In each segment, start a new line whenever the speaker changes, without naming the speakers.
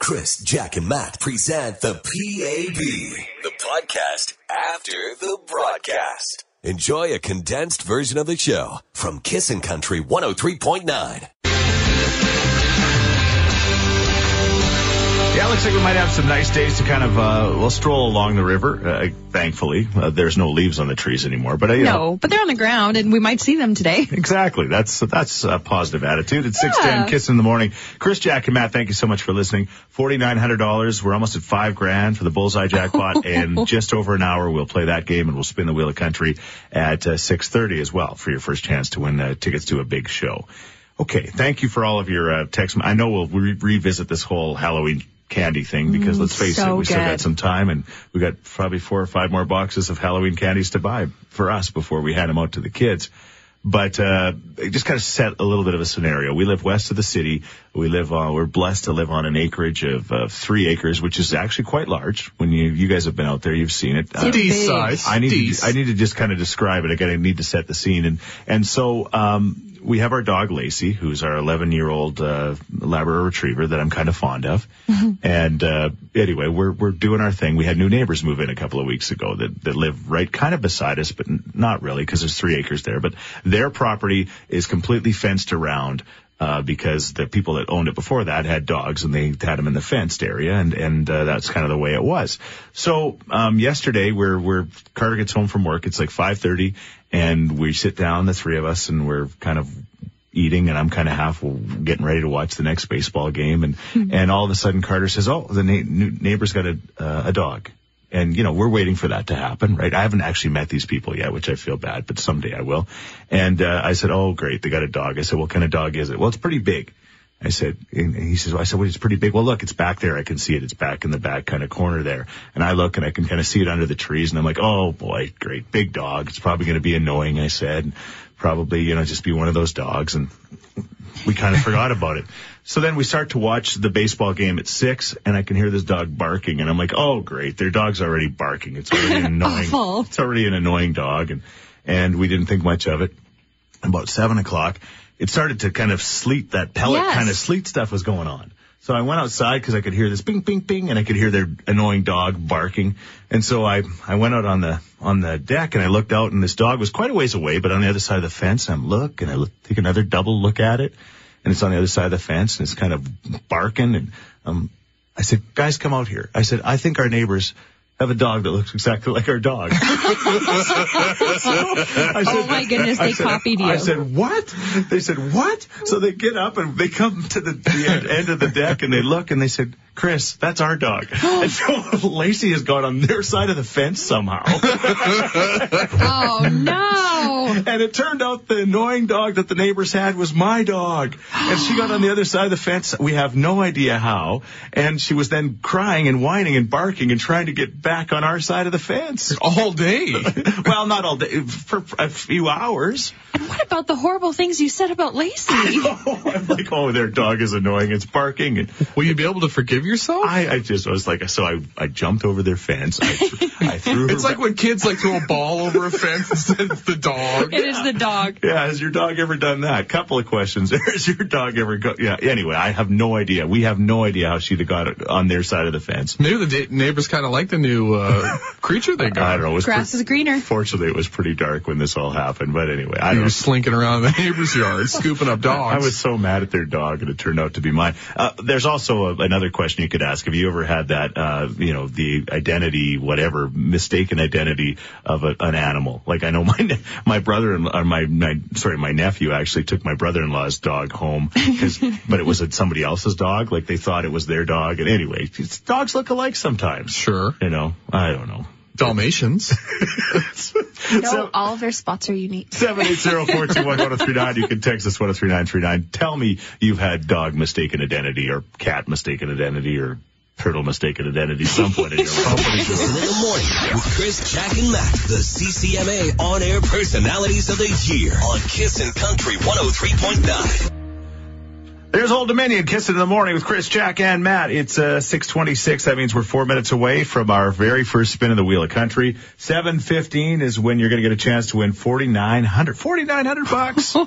Chris, Jack, and Matt present the PAB, the podcast after the broadcast. Enjoy a condensed version of the show from Kissin' Country 103.9.
Yeah, looks like we might have some nice days to kind of uh, we'll stroll along the river. Uh, thankfully, uh, there's no leaves on the trees anymore. But uh, you know,
No, but they're on the ground, and we might see them today.
exactly. That's that's a positive attitude. It's six ten,
Yeah.
kiss in the morning. Chris, Jack, and Matt, thank you so much for listening. Forty nine hundred dollars. We're almost at five grand for the bullseye jackpot, and just over an hour we'll play that game, and we'll spin the wheel of country at uh, six thirty as well for your first chance to win uh, tickets to a big show. Okay, thank you for all of your uh, texts. I know we'll re- revisit this whole Halloween candy thing because let's face it,
Mm, so
we still got
good.
some time and we got probably four or five more boxes of Halloween candies to buy for us before we hand them out to the kids. But uh, it just kind of set a little bit of a scenario. We live west of the city. We live on. We're blessed to live on an acreage of uh, three acres, which is actually quite large. When you you guys have been out there, you've seen it. Uh,
big.
D's size.
I need
D's.
to, I need to just kind of describe it again. I need to set the scene, and and so um, we have our dog Lacey, who's our 11 year old uh, Labrador Retriever that I'm kind of fond of. and uh, anyway, we're we're doing our thing. We had new neighbors move in a couple of weeks ago that that live right kind of beside us, but n- not really because there's three acres there. But their property is completely fenced around. Uh, because the people that owned it before that had dogs and they had them in the fenced area and, and, uh, that's kind of the way it was. So, um, yesterday we're, we're, Carter gets home from work. It's like 5.30 and we sit down, the three of us, and we're kind of eating and I'm kind of half getting ready to watch the next baseball game and and all of a sudden Carter says, "Oh, the na- new neighbor's got a uh, a dog." And you know, we're waiting for that to happen, right? I haven't actually met these people yet, which I feel bad, but someday I will. And uh, I said, "Oh, great, they got a dog." I said, "What kind of dog is it?" "Well, it's pretty big." I said, and he says, well, I said, well, it's pretty big. Well, look, it's back there. I can see it. It's back in the back kind of corner there. And I look and I can kind of see it under the trees. And I'm like, oh boy, great big dog. It's probably going to be annoying. I said, probably, you know, just be one of those dogs. And we kind of forgot about it. So then we start to watch the baseball game at six and I can hear this dog barking. And I'm like, oh great. Their dog's already barking. It's already annoying.
Awful.
It's already an annoying dog. And, and we didn't think much of it about seven o'clock, it started to kind of sleet. That pellet
Yes.
kind of sleet stuff was going on. So I went outside because I could hear this bing, bing, bing, and I could hear their annoying dog barking. And so I, I went out on the on the deck and I looked out, and this dog was quite a ways away, but on the other side of the fence. I'm look, and I look, take another double look at it, and it's on the other side of the fence, and it's kind of barking. And um, I said, guys, come out here. I said, I think our neighbors have a dog that looks exactly like our dog. I said,
Oh my goodness, they copied you.
I said, what? They said, what? So they get up and they come to the, the end, end of the deck and they look and they said, Chris, that's our dog. and so Lacey has gone on their side of the fence somehow.
oh no!
and it turned out the annoying dog that the neighbors had was my dog. And she got on the other side of the fence. We have no idea how. And she was then crying and whining and barking and trying to get back on our side of the fence.
all day.
well, not all day, for a few hours.
And what about the horrible things you said about Lacey?
Oh, I'm like, oh, their dog is annoying. It's barking. And
Will you be able to forgive yourself?
I, I just I was like, so I, I jumped over their fence. I, th- I threw her.
it's like
ba-
when kids like throw a ball over a fence instead of the dog.
it is the dog.
yeah, has your dog ever done that? Couple of questions. Has your dog ever go? Yeah. Anyway, I have no idea. We have no idea how she'd have got on their side of the fence.
Maybe the da- neighbors kind of like the new uh, creature they
I
got.
don't know. It was
Grass
pre-
is greener.
fortunately, it was pretty dark when this all happened. But anyway, I don't
You're
know.
slinking around the neighbor's yard, scooping up dogs.
I was so mad at their dog, and it turned out to be mine. Uh, there's also a, another question you could ask: Have you ever had that, uh, you know, the identity, whatever mistaken identity of a, an animal? Like I know my ne- my brother in or my my sorry my nephew actually took my brother-in-law's dog home, 'cause- but it was somebody else's dog. Like they thought it was their dog, and anyway, it's- dogs look alike sometimes.
sure.
You know, I don't know.
Dalmatians.
No,
So-
all of their spots are unique.
780-421-1039. You can text us 103939. Tell me you've had dog mistaken identity or cat mistaken identity or turtle mistaken identity someone in your life.
In the morning with Chris, Jack, and Matt, the CCMA on air oh personalities of the year on Kissin' Country 103.9.
There's Old Dominion kissing in the morning with Chris, Jack, and Matt. It's uh, 6:26. That means we're four minutes away from our very first spin of the Wheel of Country. 7:15 is when you're going to get a chance to win 4,900 4,900 bucks. That's how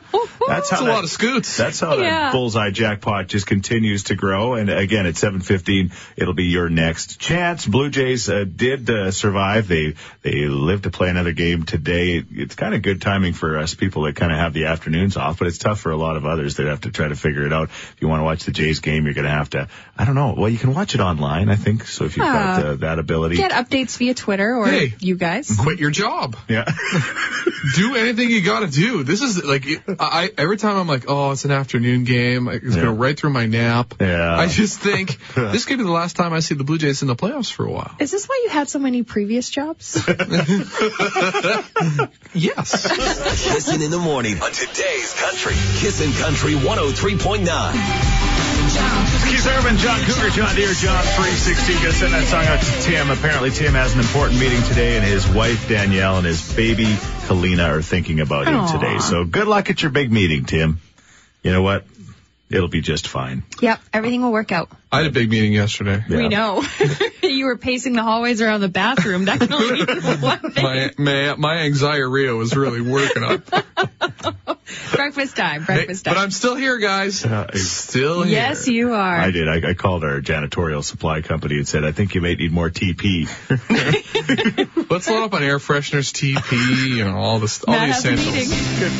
That's a
that-
lot of scoots.
that's how
Yeah.
that bullseye jackpot just continues to grow. And again, at 7:15, it'll be your next chance. Blue Jays uh, did uh, survive. They they live to play another game today. It's kind of good timing for us people that kind of have the afternoons off, but it's tough for a lot of others that have to try to figure it out. If you want to watch the Jays game, you're going to have to. I don't know. Well, you can watch it online, I think. So if you've got
Ah.
uh, that ability,
Get updates via Twitter or
Hey.
you guys.
Quit your job.
yeah.
do anything you gotta do. This is like I every time I'm like, oh, it's an afternoon game. It's
Yeah.
gonna right through my nap.
Yeah.
I just think this could be the last time I see the Blue Jays in the playoffs for a while.
Is this why you had so many previous jobs?
Yes.
Kissing in the morning on today's country. Kissin' Country 103.9.
Keith Urban, John Cougar, John Deere, John 360. Gonna send that song out to Tim. Apparently, Tim has an important meeting today, and his wife Danielle and his baby Kalina are thinking about him
Aw.
today. So good luck at your big meeting, Tim. You know what? It'll be just fine.
yep, everything will work out.
I had a big meeting yesterday.
Yeah.
We know. you were pacing the hallways around the bathroom. That can only mean one thing.
My my my anxiety was really working up.
Breakfast time.
Hey,
Breakfast
but
time.
I'm still here, guys.
Uh,
Still here.
yes, you are.
I did. I, I called our janitorial supply company and said, I think you may need more TP.
Let's load up on air fresheners, TP, and all this all
Matt
the
has a
essentials.
meeting.
Good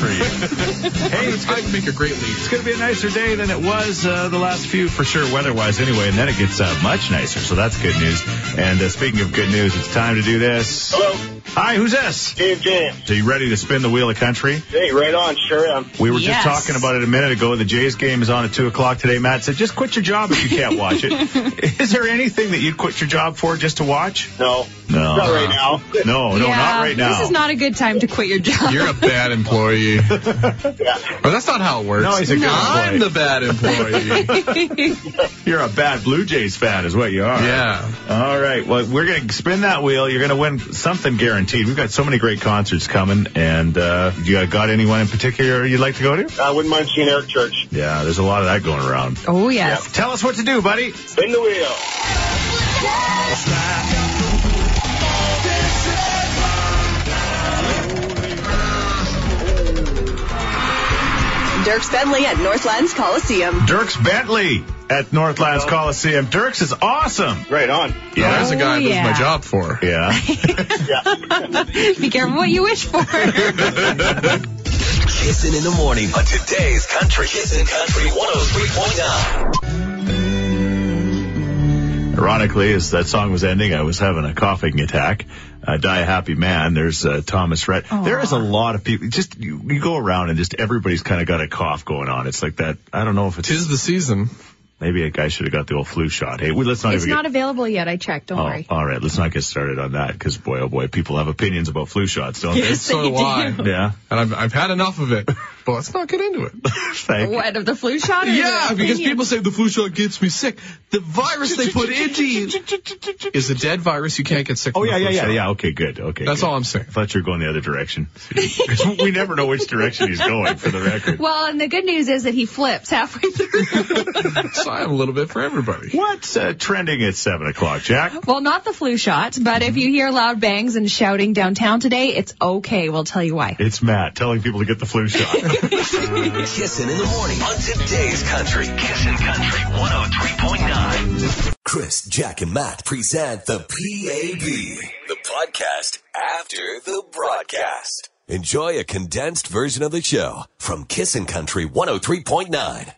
for you. hey, it's
I can make a great lead.
It's going to be a nicer day than it was uh, the last few, for sure, weather-wise anyway, and then it gets uh, much nicer, so that's good news. And uh, speaking of good news, it's time to do this.
Hello,
Hi, who's this?
Dave James.
So you ready to spin the wheel of country?
Hey, right on. Sure am.
We were
Yes.
just talking about it a minute ago. The Jays game is on at 2 o'clock today. Matt said, just quit your job if you can't watch it. is there anything that you'd quit your job for just to watch?
No,
No.
not right now.
Oh, No, no,
yeah,
not right now.
This is not a good time to quit your job.
You're a bad employee. But
yeah.
that's not how it works.
No, he's a good
I'm
employee.
the bad employee.
You're a bad Blue Jays fan is what you are.
yeah.
All right. Well, we're going to spin that wheel. You're going to win something guaranteed. We've got so many great concerts coming. And uh, you got anyone in particular you'd like to go to?
I wouldn't mind seeing Eric Church.
Yeah, there's a lot of that going around.
oh, yes.
Tell us what to do, buddy.
Spin the wheel.
Dirks Bentley at Northlands Coliseum.
Dirks Bentley at Northlands Coliseum. Dirks is awesome.
Right on.
Yeah, there's a
Oh,
guy I lose
yeah.
my job for.
Yeah.
Be careful what you wish for.
Kissin' in the morning on today's country. Kissin' Country 103.9.
Ironically, as that song was ending, I was having a coughing attack. Uh, Die a Happy Man. There's uh, Thomas Rhett. There is a lot of people. Just you, you go around and just everybody's kind of got a cough going on. It's like that. I don't know if it's
Tis the season.
Maybe a guy should have got the old flu shot. Hey, we, let's not
It's
even
not available yet. I checked. Don't
get.
worry.
oh, all right. Let's not get started on that because boy, oh boy, people have opinions about flu shots, don't
And so do I.
they? Yeah.
And I've, I've had enough of it. But let's not get into it.
Thank you.
what, of the flu shot? Or
yeah,
the
because
opinion?
people say the flu shot gets me sick. The virus they put into you is a dead virus. You can't get sick
Oh
from
yeah,
the
yeah,
flu
yeah,
shot.
yeah. Okay, good. Okay.
That's
good.
all I'm saying.
I thought you were going the other direction. 'Cause we never know which direction he's going. For the record.
Well, and the good news is that he flips halfway through.
So I have a little bit for everybody.
What's uh, trending at seven o'clock, Jack?
well, not the flu shot, but if you hear loud bangs and shouting downtown today, it's okay. We'll tell you why.
It's Matt telling people to get the flu shot.
Kissin' in the morning on today's country. Kissin' Country 103.9. Chris, Jack, and Matt present the PAB, the podcast after the broadcast. Enjoy a condensed version of the show from Kissin' Country 103.9.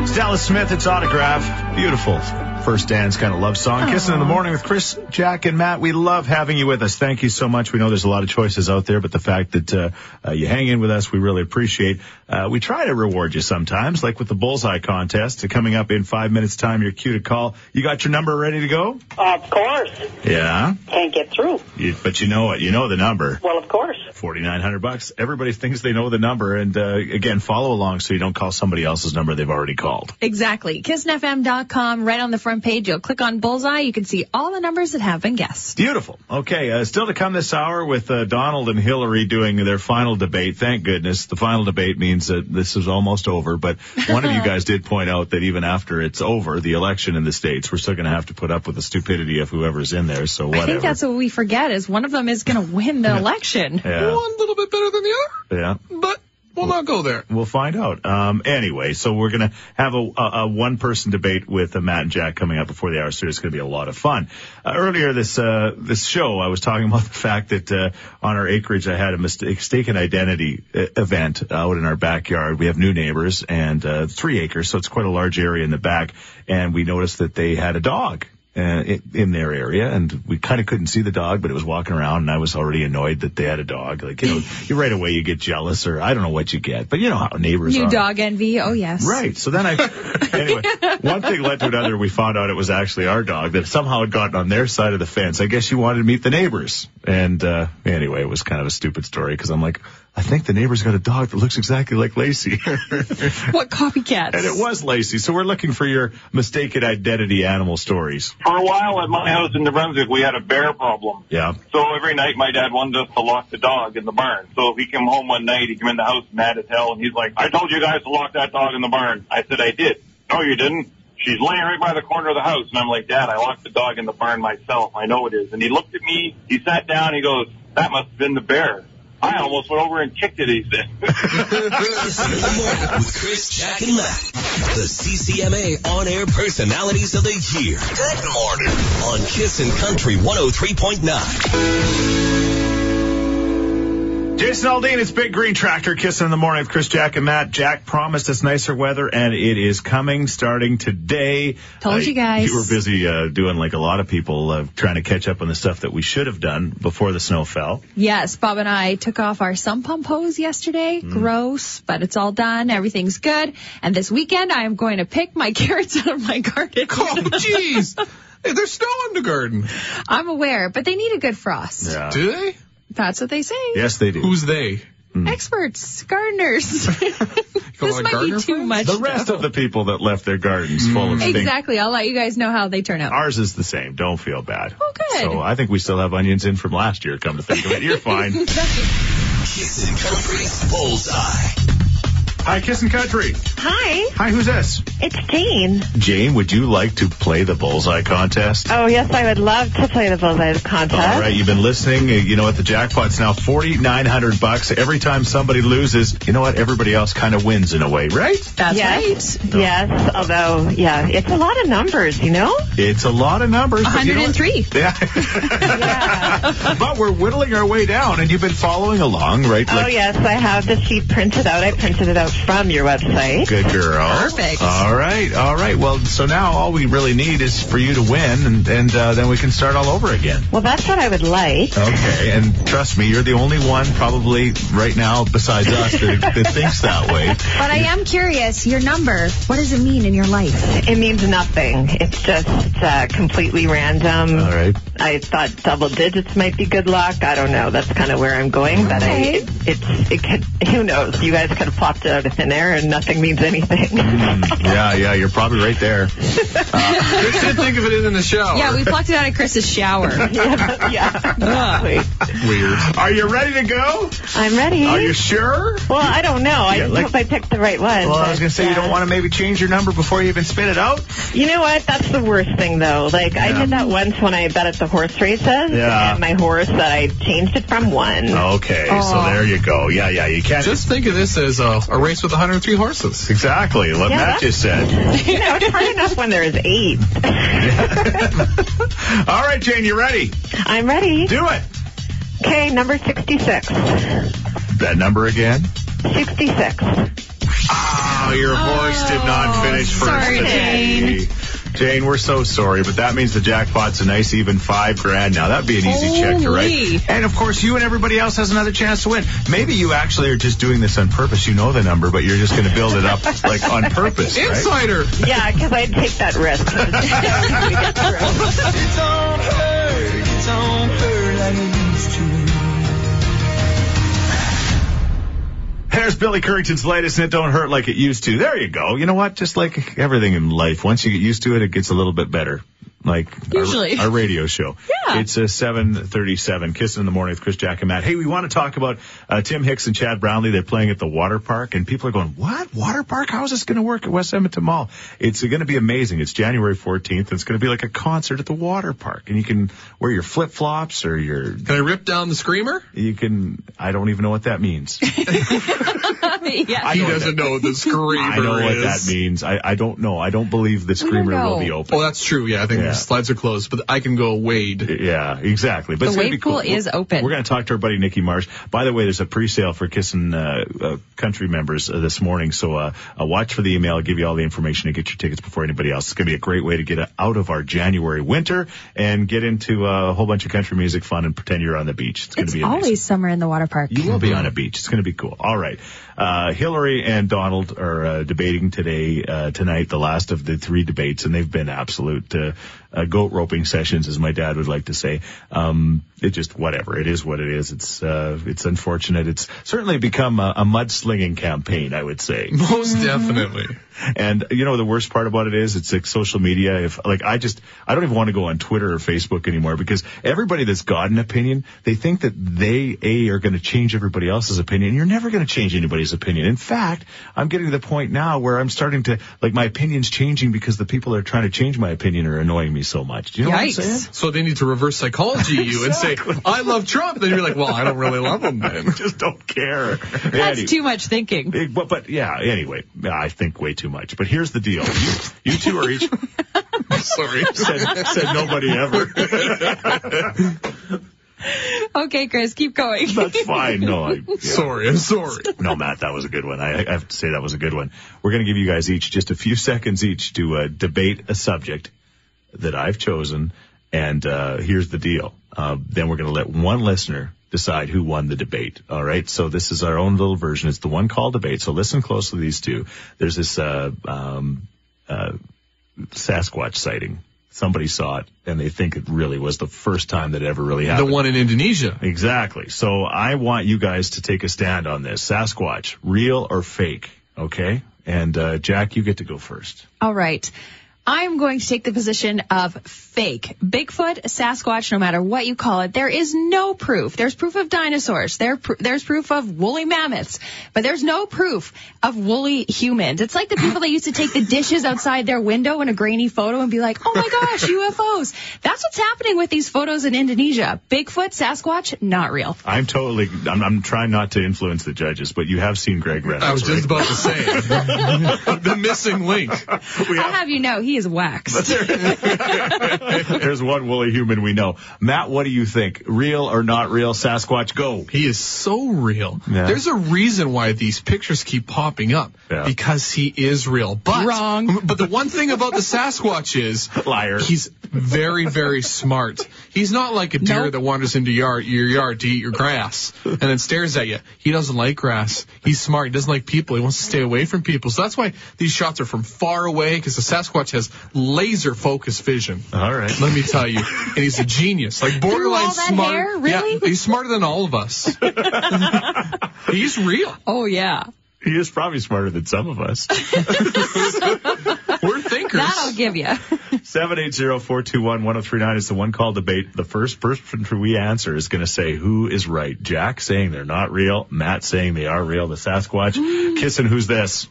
It's Dallas Smith, it's Autograph. Beautiful. First dance kind of love song. Kissing in the morning with Chris, Jack, and Matt. We love having you with us. Thank you so much. We know there's a lot of choices out there, but the fact that uh, uh, you hang in with us, we really appreciate. Uh, we try to reward you sometimes, like with the Bullseye Contest. uh, Coming up in five minutes' time, you're cue to call. You got your number ready to go?
Of course.
Yeah.
Can't get through.
You, but you know it. You know the number.
Well, of course.
4900 bucks. Everybody thinks they know the number. And uh, again, follow along so you don't call somebody else's number they've already called.
Exactly. KissNFM.com, right on the front page. You'll click on Bullseye. You can see all the numbers that have been guessed.
Beautiful. Okay, uh, still to come this hour with uh, Donald and Hillary doing their final debate. Thank goodness. The final debate means that this is almost over, but one of you guys did point out that even after it's over, the election in the States, we're still going to have to put up with the stupidity of whoever's in there, so whatever.
I think that's what we forget is one of them is going to win the election.
yeah,
One little bit better than the other,
yeah.
but we'll not go there.
We'll find out. Um, anyway, so we're going to have a, a, a one person debate with uh, Matt and Jack coming up before the hour, so it's going to be a lot of fun. Uh, earlier this, uh, this show, I was talking about the fact that, uh, on our acreage, I had a mistake, mistaken identity uh, event out in our backyard. We have new neighbors and, uh, three acres, so it's quite a large area in the back, and we noticed that they had a dog uh, i- in their area, and we kind of couldn't see the dog, but it was walking around, and I was already annoyed that they had a dog. Like, you know, you right away you get jealous, or I don't know what you get, but you know how neighbors
New
are.
dog envy. Oh, yes.
Right. So then I, anyway, one thing led to another. We found out it was actually our dog that somehow had gotten on their side of the fence. I guess she wanted to meet the neighbors. And, uh, anyway, it was kind of a stupid story because I'm like, I think the neighbor's got a dog that looks exactly like Lacey.
What copycats?
and it was Lacey. So we're looking for your mistaken identity animal stories.
For a while at my house in New Brunswick, we had a bear problem.
Yeah.
So every night my dad wanted us to lock the dog in the barn. So if he came home one night, he came in the house mad as hell and he's like, I told you guys to lock that dog in the barn. I said, I did. No, you didn't. She's laying right by the corner of the house. And I'm like, Dad, I locked the dog in the barn myself. I know it is. And he looked at me. He sat down. He goes, that must have been the bear. I almost went over and kicked it, he said.
Listen in the morning with Chris, Jack, and Matt. The CCMA on air personalities of the year. Good morning. On Kiss and Country 103.9.
Jason Aldean, it's Big Green Tractor kissing in the morning with Chris, Jack, and Matt. Jack promised us nicer weather, and it is coming starting today.
Told you guys.
You were busy uh, doing like a lot of people, uh, trying to catch up on the stuff that we should have done before the snow fell.
Yes, Bob and I took off our sump pump hose yesterday.
Mm.
Gross, but it's all done. Everything's good. And this weekend, I am going to pick my carrots out of my garden.
Oh, jeez. Hey, there's snow in the garden.
I'm aware, but they need a good frost.
Yeah.
Do they?
That's what they say.
Yes, they do.
Who's they?
Mm.
Experts, gardeners.
Come
this
on,
might
gardener
be too
friends?
much.
the rest of the people that left their gardens full
Mm.
of things.
Exactly. I'll let you guys know how they turn out.
Ours is the same. Don't feel bad.
Oh, good.
So I think we still have onions in from last year. Come to think of it, you're fine.
Kiss and Country's Bullseye.
Hi, Kissing Country.
Hi,
Hi, who's this?
it's Jane.
Jane, would you like to play the bullseye contest?
Uh,
Oh, yes, I would love to play the Bullseye contest.
All right, you've been listening. Uh, You know what? The jackpot's now forty nine hundred bucks. Every time somebody loses, you know what? Everybody else kind of wins in a way, right?
That's
Yes.
right.
Yes, although, yeah, it's a lot of numbers, you know?
It's a lot of numbers. but you know what?
103.
Yeah. but we're whittling our way down, and you've been following along, right?
Oh, yes, I have the sheet printed out. I printed it out from your website.
Good girl.
Perfect.
All right, all right. Well, so now all we really need is for you to win, and, and uh, then we can start all over again.
Well, that's what I would like.
Okay, and trust me, you're the only one probably right now besides us that, that thinks that way.
But I am curious, your number, what does it mean in your life?
It means nothing. It's just uh, completely random.
All right.
I thought double digits might be good luck. I don't know. That's kind of where I'm going, but I,
Okay.
it, it's it could. Who knows? You guys could have plopped it out of thin air, and nothing means anything.
Hmm, Yeah, yeah, you're probably right there.
They should think of it in the shower.
Yeah, we plucked it out of Chris's shower.
yeah.
Ugh.
Wait.
Weird. Are you ready to go?
I'm ready.
Are you sure?
well, I don't know. I
Oh, Yeah,
just
like-
hope I picked the right one.
Well, I was
but,
gonna say you
uh,
don't want to maybe change your number before you even spin it out.
You know what? That's the worst thing, though. Like I did that once when I bet at the horse races,
Yeah. Oh.
and my horse that I changed it from won.
Okay, so there you go. Yeah, yeah, you can't.
Just think of this as a, a race with 103 horses.
exactly what
Yeah, that's-
Matt just said.
You know, it's hard enough when there is eight.
All right, Jane, you ready?
I'm ready.
Do it.
Okay, number 66.
That number again.
66.
Oh, your horse did not finish first
sorry,
today. Jane. we're so sorry, but that means the jackpot's a nice even five grand now. That'd be an easy check to
Holy.
write. And of course, you and everybody else has another chance to win. Maybe you actually are just doing this on purpose. You know the number, but you're just going to build it up like on purpose, right?
Insider.
Yeah, because I'd take that risk.
Hey, There's Billy Currington's latest, and it don't hurt like it used to. There you go. You know what? Just like everything in life, once you get used to it, it gets a little bit better. Like our-
Usually.
our, radio show. Yeah, it's a 7:37. Kissing in the morning with Chris Jack and Matt. Hey, we want to talk about uh, Tim Hicks and Chad Brownlee. They're playing at the water park, and people are going, "What water park? How is this going to work at West Edmonton Mall?" It's going to be amazing. It's January 14th. And it's going to be like a concert at the water park, and you can wear your flip flops or your
Can I rip down the screamer?
you can. I don't even know what that means.
yes.
I
He
know what
doesn't
that-
know what the screamer
I know what
is.
that means. I, I don't know. I don't believe the screamer will
know.
be open.
Oh, that's true. Yeah, I think
Yeah.
the slides are closed, but I can go wade.
Yeah, exactly. But it's gonna
wave
be cool.
pool is
We're-
open.
We're going to talk to our buddy Nikki Marsh. By the way, there's a pre-sale for Kissin' uh, uh, Country members uh, this morning, so uh, uh, watch for the email. I'll give you all the information to get your tickets before anybody else. It's going to be a great way to get uh, out of our January winter and get into uh, a whole bunch of country music fun and pretend you're on the beach. It's going to
It's
be amazing.
always summer in the water park.
You will be on a beach. It's going to be cool. All right. Uh, Hillary and Donald are uh, debating today, uh, tonight, the last of the three debates, and they've been absolute uh, uh, goat roping sessions, as my dad would like to say. Um, it just whatever. It is what it is. It's uh, it's unfortunate. It's certainly become a, a mudslinging campaign, I would say.
Most definitely.
And you know the worst part about it is it's like social media. If like I just I don't even want to go on Twitter or Facebook anymore because everybody that's got an opinion, they think that they a are going to change everybody else's opinion. You're never going to change anybody's opinion. In fact, I'm getting to the point now where I'm starting to like my opinion's changing because the people that are trying to change my opinion are annoying me so much. Do you know what I'm saying?
Yikes.
So they need to reverse psychology you and say, I love Trump. Then you're like, well, I don't really love him then.
Just don't care.
That's
Anyway.
too much thinking.
Big- but, but yeah, anyway, I think way too much. But here's the deal. You, you two are each
Sorry.
said, said nobody ever.
Okay, Chris, keep going.
That's fine. No, I, yeah.
Sorry. I'm sorry.
no, Matt, that was a good one. I, I have to say that was a good one. We're going to give you guys each just a few seconds each to uh, debate a subject that I've chosen. And uh, here's the deal. Uh, then we're going to let one listener decide who won the debate. All right. So this is our own little version. It's the one call debate. So listen closely to these two. There's this uh, um, uh, Sasquatch sighting. Somebody saw it, and they think it really was the first time that it ever really
The
happened.
one in Indonesia.
Exactly. So I want you guys to take a stand on this. Sasquatch, real or fake? Okay. And uh, Jack, you get to go first.
All right. I'm going to take the position of fake. Bigfoot, Sasquatch, no matter what you call it, there is no proof. There's proof of dinosaurs. There, pr- there's proof of woolly mammoths, but there's no proof of woolly humans. It's like the people that used to take the dishes outside their window in a grainy photo and be like, oh my gosh, UFOs. That's what's happening with these photos in Indonesia. Bigfoot, Sasquatch, not real.
I'm totally. I'm, I'm trying not to influence the judges, but you have seen Greg Reynolds.
I was just
right?
about to say. the missing link.
I'll have you know, he is waxed.
There's one woolly human we know. Matt, what do you think? Real or not real? Sasquatch, go.
He is so real.
Yeah.
There's a reason why these pictures keep popping up
Yeah.
because he is real. But
Wrong.
But the one thing about the Sasquatch is
Liar.
He's very very smart. He's not like a deer
Nope.
that wanders into yard, your yard to eat your grass and then stares at you. He doesn't like grass. He's smart. He doesn't like people. He wants to stay away from people. So that's why these shots are from far away because the Sasquatch has laser focused vision.
All right.
Let me tell you, and he's a genius. Like borderline
all that
smart.
hair?
Yeah,
Really?
he's smarter than all of us. he's real.
Oh yeah.
He is probably smarter than some of us.
We're thinkers.
That'll give you.
780-421-1039 is the one call debate. The first person to we answer is going to say who is right. Jack saying they're not real. Matt saying they are real. The Sasquatch kissing. Who's this?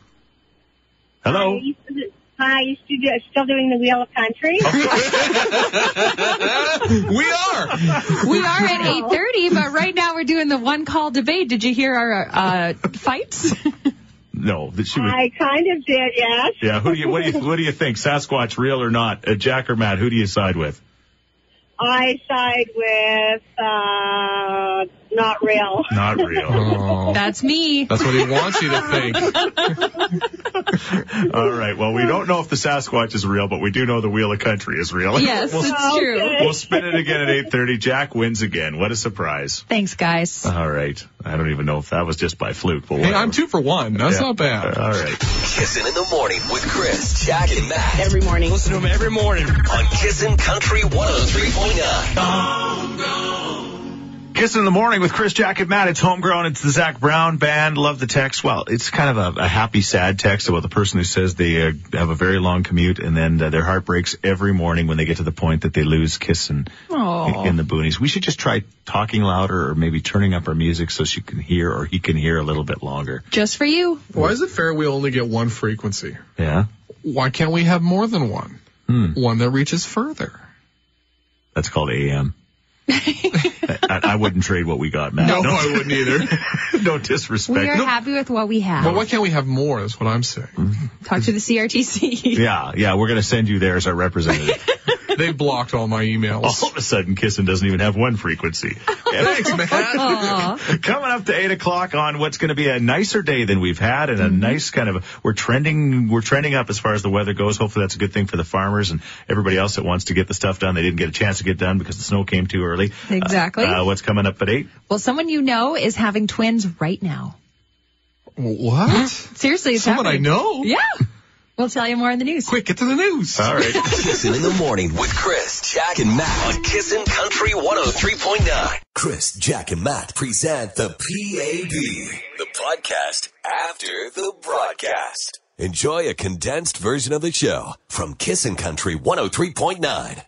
Hello.
Hi, you still, do- still doing the Wheel of Country?
Oh,
we are.
We are at 8:30, but right now we're doing the one call debate. Did you hear our uh, fights?
No, that she was.
I kind of did, yes.
Yeah. Who do you what do you what do you think? Sasquatch real or not? Uh, Jack or Matt? Who do you side with?
I side with uh, not real.
Not real.
That's me.
That's what he wants you to think.
All right. Well, we don't know if the Sasquatch is real, but we do know the Wheel of Country is real.
Yes,
we'll,
it's true.
Okay.
we'll spin it again at 8:30. Jack wins again. What a surprise.
Thanks, guys.
All right. I don't even know if that was just by fluke, but
Hey,
whatever.
I'm two for one. That's
Yeah.
not bad.
All right.
Kissin' in the morning with Chris, Jack, and Matt
Every morning.
Listen to him every oh morning on Kissin' Country 103.9.
Kissing in the morning with Chris Jack and Matt. It's homegrown. It's the Zach Brown band. Love the text. Well, it's kind of a, a happy, sad text about the person who says they uh, have a very long commute and then uh, their heart breaks every morning when they get to the point that they lose kissing
Aw.
in the boonies. We should just try talking louder or maybe turning up our music so she can hear or he can hear a little bit longer.
Just for you.
Why is it fair we only get one frequency?
Yeah,
Why can't we have more than one? One that reaches further.
that's called AM. I, I wouldn't trade what we got, Matt.
No,
No,
I wouldn't either.
no
We
disrespect.
are
No-
happy with what we have.
but why can't we have more? That's what I'm saying.
Talk to the CRTC.
Yeah, yeah, we're gonna send you there as our representative.
they blocked all my emails.
All of a sudden, kissing doesn't even have one frequency.
Thanks, man.
Aw.
Coming up to eight o'clock on what's going to be a nicer day than we've had, and a nice kind of we're trending we're trending up as far as the weather goes. Hopefully, that's a good thing for the farmers and everybody else that wants to get the stuff done. They didn't get a chance to get done because the snow came too early.
Exactly.
Uh, what's coming up at eight?
well, someone you know is having twins right now.
what?
Seriously, it's
Someone I
happening.
know?
Yeah. We'll tell you more in the news.
Quick, get to the news.
All right.
Kissin' in the morning with Chris, Jack, and Matt on Kissin' Country 103.9. Chris, Jack, and Matt present the PAB, the podcast after the broadcast. Enjoy a condensed version of the show from Kissin' Country 103.9.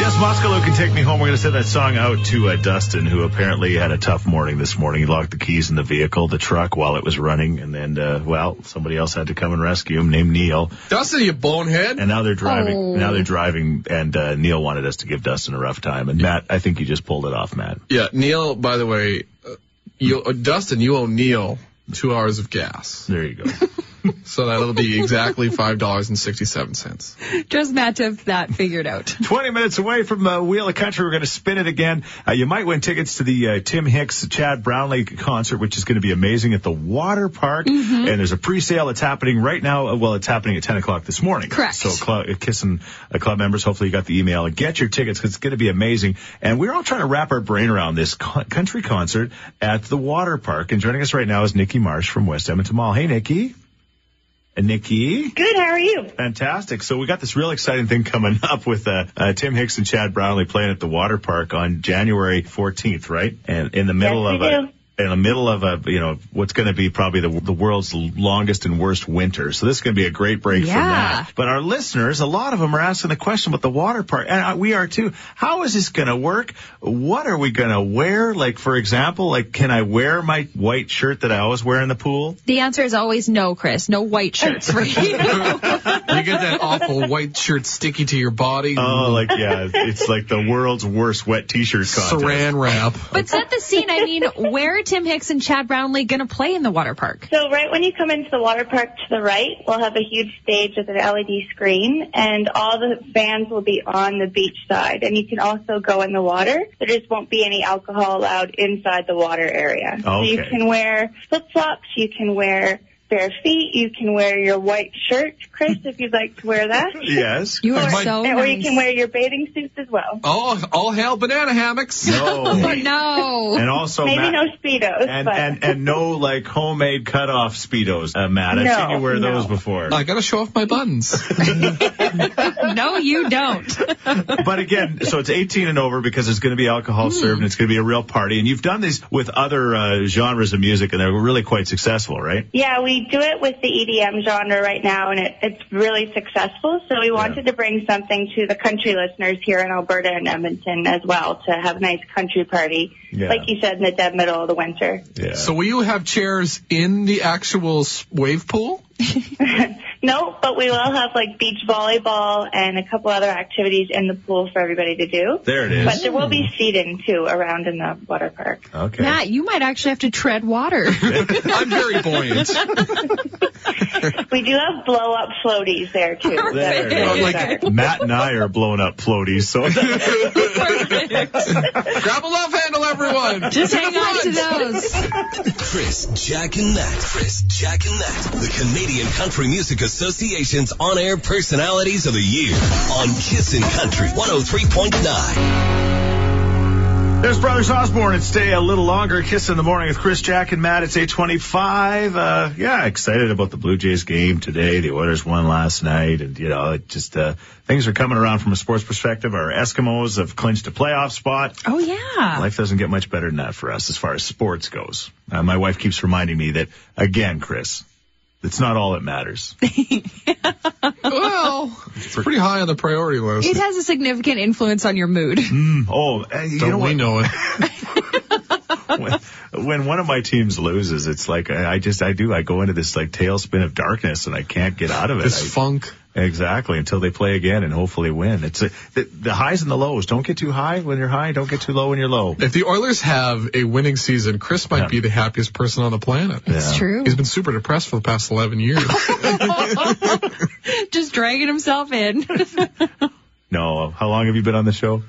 Jess Moskalo can take me home. We're going to send that song out to uh, Dustin, who apparently had a tough morning this morning. He locked the keys in the vehicle, the truck, while it was running, and then, uh, well, somebody else had to come and rescue him, named Neil.
Dustin, you bonehead.
And now they're driving. Now they're driving, and uh, Neil wanted us to give Dustin a rough time. And Matt, I think you just pulled it off, Matt.
Yeah, Neil, by the way, uh, you, uh, Dustin, you owe Neil two hours of gas.
There you go.
So that'll be exactly $5.67.
Just Matt to have that figured out.
20 minutes away from uh, Wheel of Country. We're going to spin it again. Uh, you might win tickets to the uh, Tim Hicks, Chad Brownlee concert, which is going to be amazing at the water park. And there's a pre-sale that's happening right now. Uh, Well, it's happening at 10 o'clock this morning.
Correct.
So club, uh, kissing uh, club members. Hopefully you got the email and get your tickets 'cause it's going to be amazing. And we're all trying to wrap our brain around this co- country concert at the water park. And joining us right now is Nikki Marsh from West Edmonton Mall. Hey, Nikki. And Nikki.
Good. How are you?
Fantastic. So we got this real exciting thing coming up with uh, uh, Tim Hicks and Chad Brownlee playing at the water park on January 14th, right? And in the middle
Yes,
of
we
a
do.
in the middle of a you know what's going to be probably the the world's longest and worst winter. So this is going to be a great break from
Yeah.
that. But our listeners, a lot of them are asking the question about the water park, and uh, we are too. How is this going to work? What are we going to wear? Like for example, like can I wear my white shirt that I always wear in the pool?
The answer is always no, Chris. No white shirts for you.
You get that awful white shirt sticky to your body. Mm,
Oh, like yeah, it's like the world's worst wet t-shirt contest.
Saran wrap.
but set the scene. I mean, where are Tim Hicks and Chad Brownlee going to play in the water park?
So right when you come into the water park to the right, we'll have a huge stage with an LED screen, and all the fans will be on the beach side. And you can also go in the water. There just won't be any alcohol allowed inside the water area. So you
Okay.
can wear flip flops. You can wear bare feet. You can wear your white shirt, Chris, if you'd like to wear that.
Yes.
You are
might-
so
or you
nice.
can wear your bathing suits as well.
All, all hail banana hammocks.
Oh,
No.
no.
and also
Maybe
Oh, Matt,
no speedos,
and,
but
and and no like homemade cutoff speedos, uh, Matt. I've
No,
seen you wear
no.
those before.
I gotta show off my buttons.
no, you don't.
but again, so it's 18 and over because there's going to be alcohol served and it's going to be a real party. And you've done these with other uh, genres of music and they're really quite successful, right?
Yeah, we do it with the EDM genre right now, and it, it's really successful. So we wanted to bring something to the country listeners here in Alberta and Edmonton as well to have a nice country party,
Yeah.
like you said, in the dead middle of the winter.
Yeah.
So will you have chairs in the actual s- wave pool?
No, but we will have like beach volleyball and a couple other activities in the pool for everybody to do.
there it
But
is.
there will be seating too around in the water park.
Okay.
Matt, you might actually have to tread water.
I'm very buoyant.
We do have blow up floaties there too.
There it
That's
is.
Like-
our-
Matt and I are blown up floaties, so
Grab a love handle, everyone.
Just hang on to those.
Chris, Jack, and Matt. Chris, Jack, and Matt. The Canadian Country Music Association's on air personalities of oh the year on Kissin' Country 103.9.
There's Brothers Osborne. It's stay a little longer. Kiss in the morning with Chris, Jack, and Matt. It's 825. Uh, yeah, excited about the Blue Jays game today. The Oilers won last night. And, you know, it just, uh, things are coming around from a sports perspective. Our Eskimos have clinched a playoff spot.
Oh, yeah.
Life doesn't get much better than that for us as far as sports goes. Uh, my wife keeps reminding me that, again, Chris, it's not all that matters.
well, it's pretty high on the priority list.
It has a significant influence on your mood.
Oh, and you
Don't
know
we
what?
know it?
when, when one of my teams loses, it's like I, I just I do I go into this like tailspin of darkness and I can't get out of it.
It's
I-
funk.
exactly until they play again and hopefully win. It's a, the, the highs and the lows. Don't get too high when you're high. Don't get too low when you're low.
If the Oilers have a winning season, Chris might
Yeah.
be the happiest person on the planet.
It's Yeah.
true.
He's been super depressed for the past 11 years.
Just dragging himself in.
No, how long have you been on the show?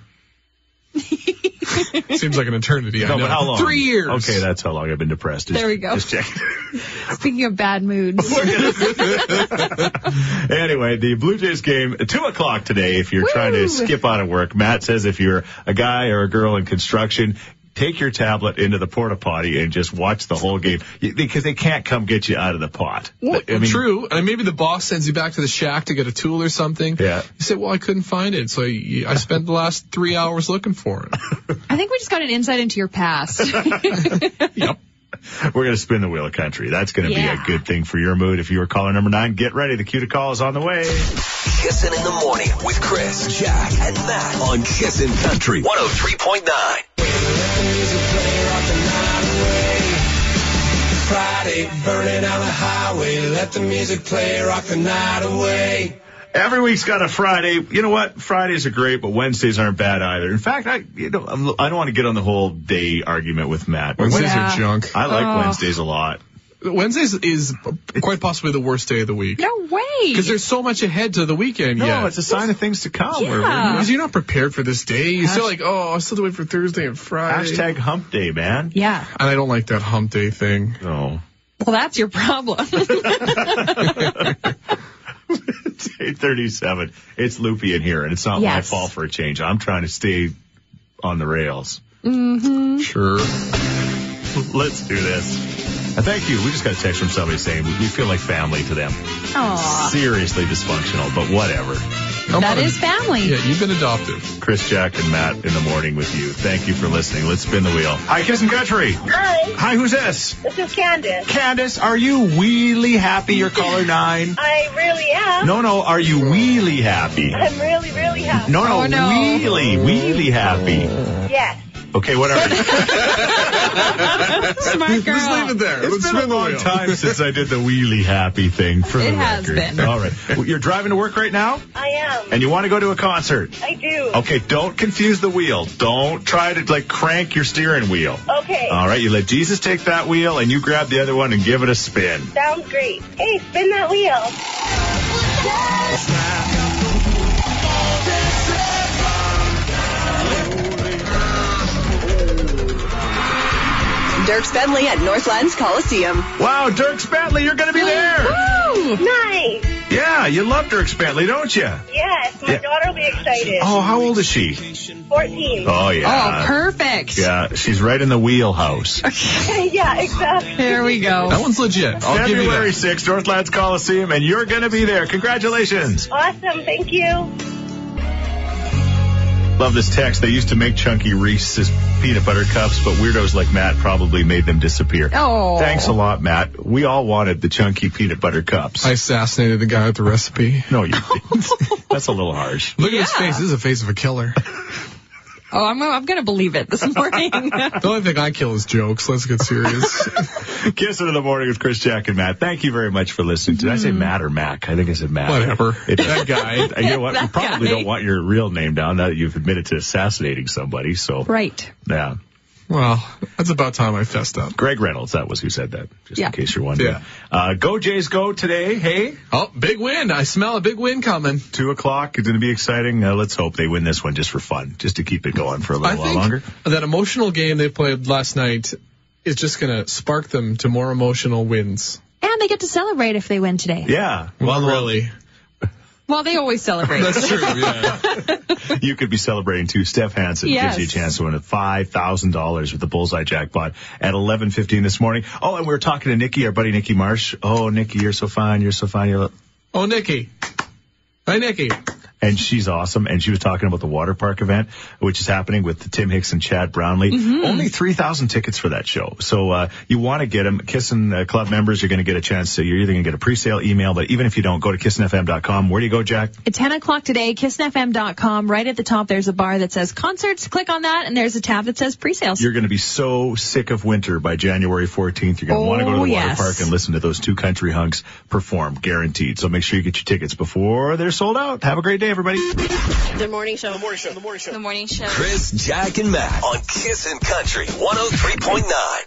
Seems like an eternity. I
No,
know.
but how long?
Three years.
Okay, that's how long I've been depressed. Just-
There we go.
Just checking.
Speaking of bad moods,
Anyway, the Blue Jays game at two o'clock today. If you're trying to skip out of work, Matt says if you're a guy or a girl in construction, take your tablet into the porta potty and just watch the whole game You- because they can't come get you out of the pot.
Well,
I mean,
true. And maybe the boss sends you back to the shack to get a tool or something.
Yeah.
You say, well, I couldn't find it. So I, I spent the last three hours looking for it.
I think we just got an insight into your past.
yep.
We're going to spin the wheel of country. That's going to be
Yeah.
a good thing for your mood. If you were caller number nine, get ready. The cue to call is on the way.
Kissin' in the morning with Chris, Jack, and Matt on Kissin' Country 103.9.
Every week's got a Friday. You know what? Fridays are great, but Wednesdays aren't bad either. In fact, I you know I'm- I don't want to get on the whole day argument with Matt.
Wednesdays
Yeah.
are junk.
I like
Oh.
Wednesdays a lot.
Wednesdays is quite possibly the worst day of the week.
no way.
Because there's so much ahead to the weekend
No,
yet.
it's a sign of things to come.
Yeah.
We're- we're-
Because you're not prepared for this day. You're still like, oh, I still have to wait for Thursday and Friday.
Hashtag hump day, man.
yeah.
And I don't like that hump day thing.
No.
Well, that's your problem.
It's 837. It's loopy in here, and it's not
Yes.
my fault for a change. I'm trying to stay on the rails.
Sure.
Let's do this. And Uh, thank you. We just got a text from somebody saying we feel like family to them.
Aw.
Seriously dysfunctional, but whatever.
Come
That
on.
is family.
Yeah, you've been adopted.
Chris, Jack, and Matt in the morning with you. Thank you for listening. Let's spin the wheel. Hi, Kiss and Country.
Hi,
Hi, who's this?
this is Candace.
Candace, are you really happy you're caller nine?
I really am.
No, no, are you really happy?
I'm really, really happy.
No, no,
Oh, no.
really, really happy.
Yes.
Okay, whatever.
Smart girl.
Let's leave it there. Let's
it's been a
spin the
long
wheel.
time since I did the wheelie happy thing for the
It has
record.
been.
All right, Well, you're driving to work right now,
I am.
and you want to go to a concert.
I do.
Okay, don't confuse the wheel. Don't try to like crank your steering wheel.
Okay.
All right, you let Jesus take that wheel, and you grab the other one and give it a spin.
Sounds great. Hey, spin that wheel.
Dirks Bentley at Northlands Coliseum.
Wow, Dirk Bentley, you're going to be there.
Oh,
Nice.
Yeah, you love Dirk Bentley, don't you?
Yes, my
Yeah.
daughter will be excited.
Oh, how old is she?
14.
Oh yeah.
Oh, perfect.
Yeah, she's right in the wheelhouse.
yeah, exactly.
There we go.
That one's legit. I'll give you
February
that.
6th, Northlands Coliseum, and you're going to be there. Congratulations.
Awesome. Thank you.
Love this text. They used to make chunky Reese's peanut butter cups, but weirdos like Matt probably made them disappear.
Oh.
Thanks a lot, Matt. We all wanted the chunky peanut butter cups.
I assassinated the guy with the recipe.
no, you didn't. That's a little harsh.
Look at his face. This is the face of a killer.
Oh, I'm, I'm going to believe it this morning.
The only thing I kill is jokes. Let's get serious.
Kiss it in the morning with Chris, Jack, and Matt. Thank you very much for listening. Did I say Matt or Mac? I think I said Matt.
Whatever.
It-
that guy.
you know what? You
That
probably
guy.
don't want your real name down now that you've admitted to assassinating somebody. So,
right.
yeah.
Well, that's about time I fessed up.
Greg Reynolds, that was who said that, just
Yeah.
in case you're wondering.
Yeah.
Uh, go Jays go today. Hey,
Oh, big win. I smell a big win coming.
two o'clock. It's going to be exciting. Uh, let's hope they win this one just for fun, just to keep it going for a
I
little while
think
longer.
that emotional game they played last night is just going to spark them to more emotional wins.
And they get to celebrate if they win today.
Yeah.
Well, really.
Well, they always celebrate.
That's true. Yeah.
you could be celebrating too. Steph Hansen
Yes.
gives you a chance to win five thousand dollars with the bullseye jackpot at eleven fifteen this morning. Oh, and we were talking to Nikki, our buddy Nikki Marsh. Oh, Nikki, you're so fine. You're so fine. You're...
Oh, Nikki. Hi, Nikki.
And she's awesome. And she was talking about the water park event, which is happening with Tim Hicks and Chad Brownlee. Only 3,000 tickets for that show. So, uh, you want to get them. Kissin' uh, Club members, you're going to get a chance. So you're either going to get a pre-sale email, but even if you don't, go to kissinfm.com. Where do you go, Jack?
At 10 o'clock today, kissnfm.com. Right at the top, there's a bar that says concerts. Click on that, and there's a tab that says pre-sales.
You're going to be so sick of winter by January 14th. You're going to want to go to the
Oh,
water
yes.
park and listen to those two country hunks perform, guaranteed. So make sure you get your tickets before they're sold out. Have a great day, everybody.
The morning show. The morning show. The morning show. The morning show.
Chris, Jack, and Matt on Kissin' Country 103.9.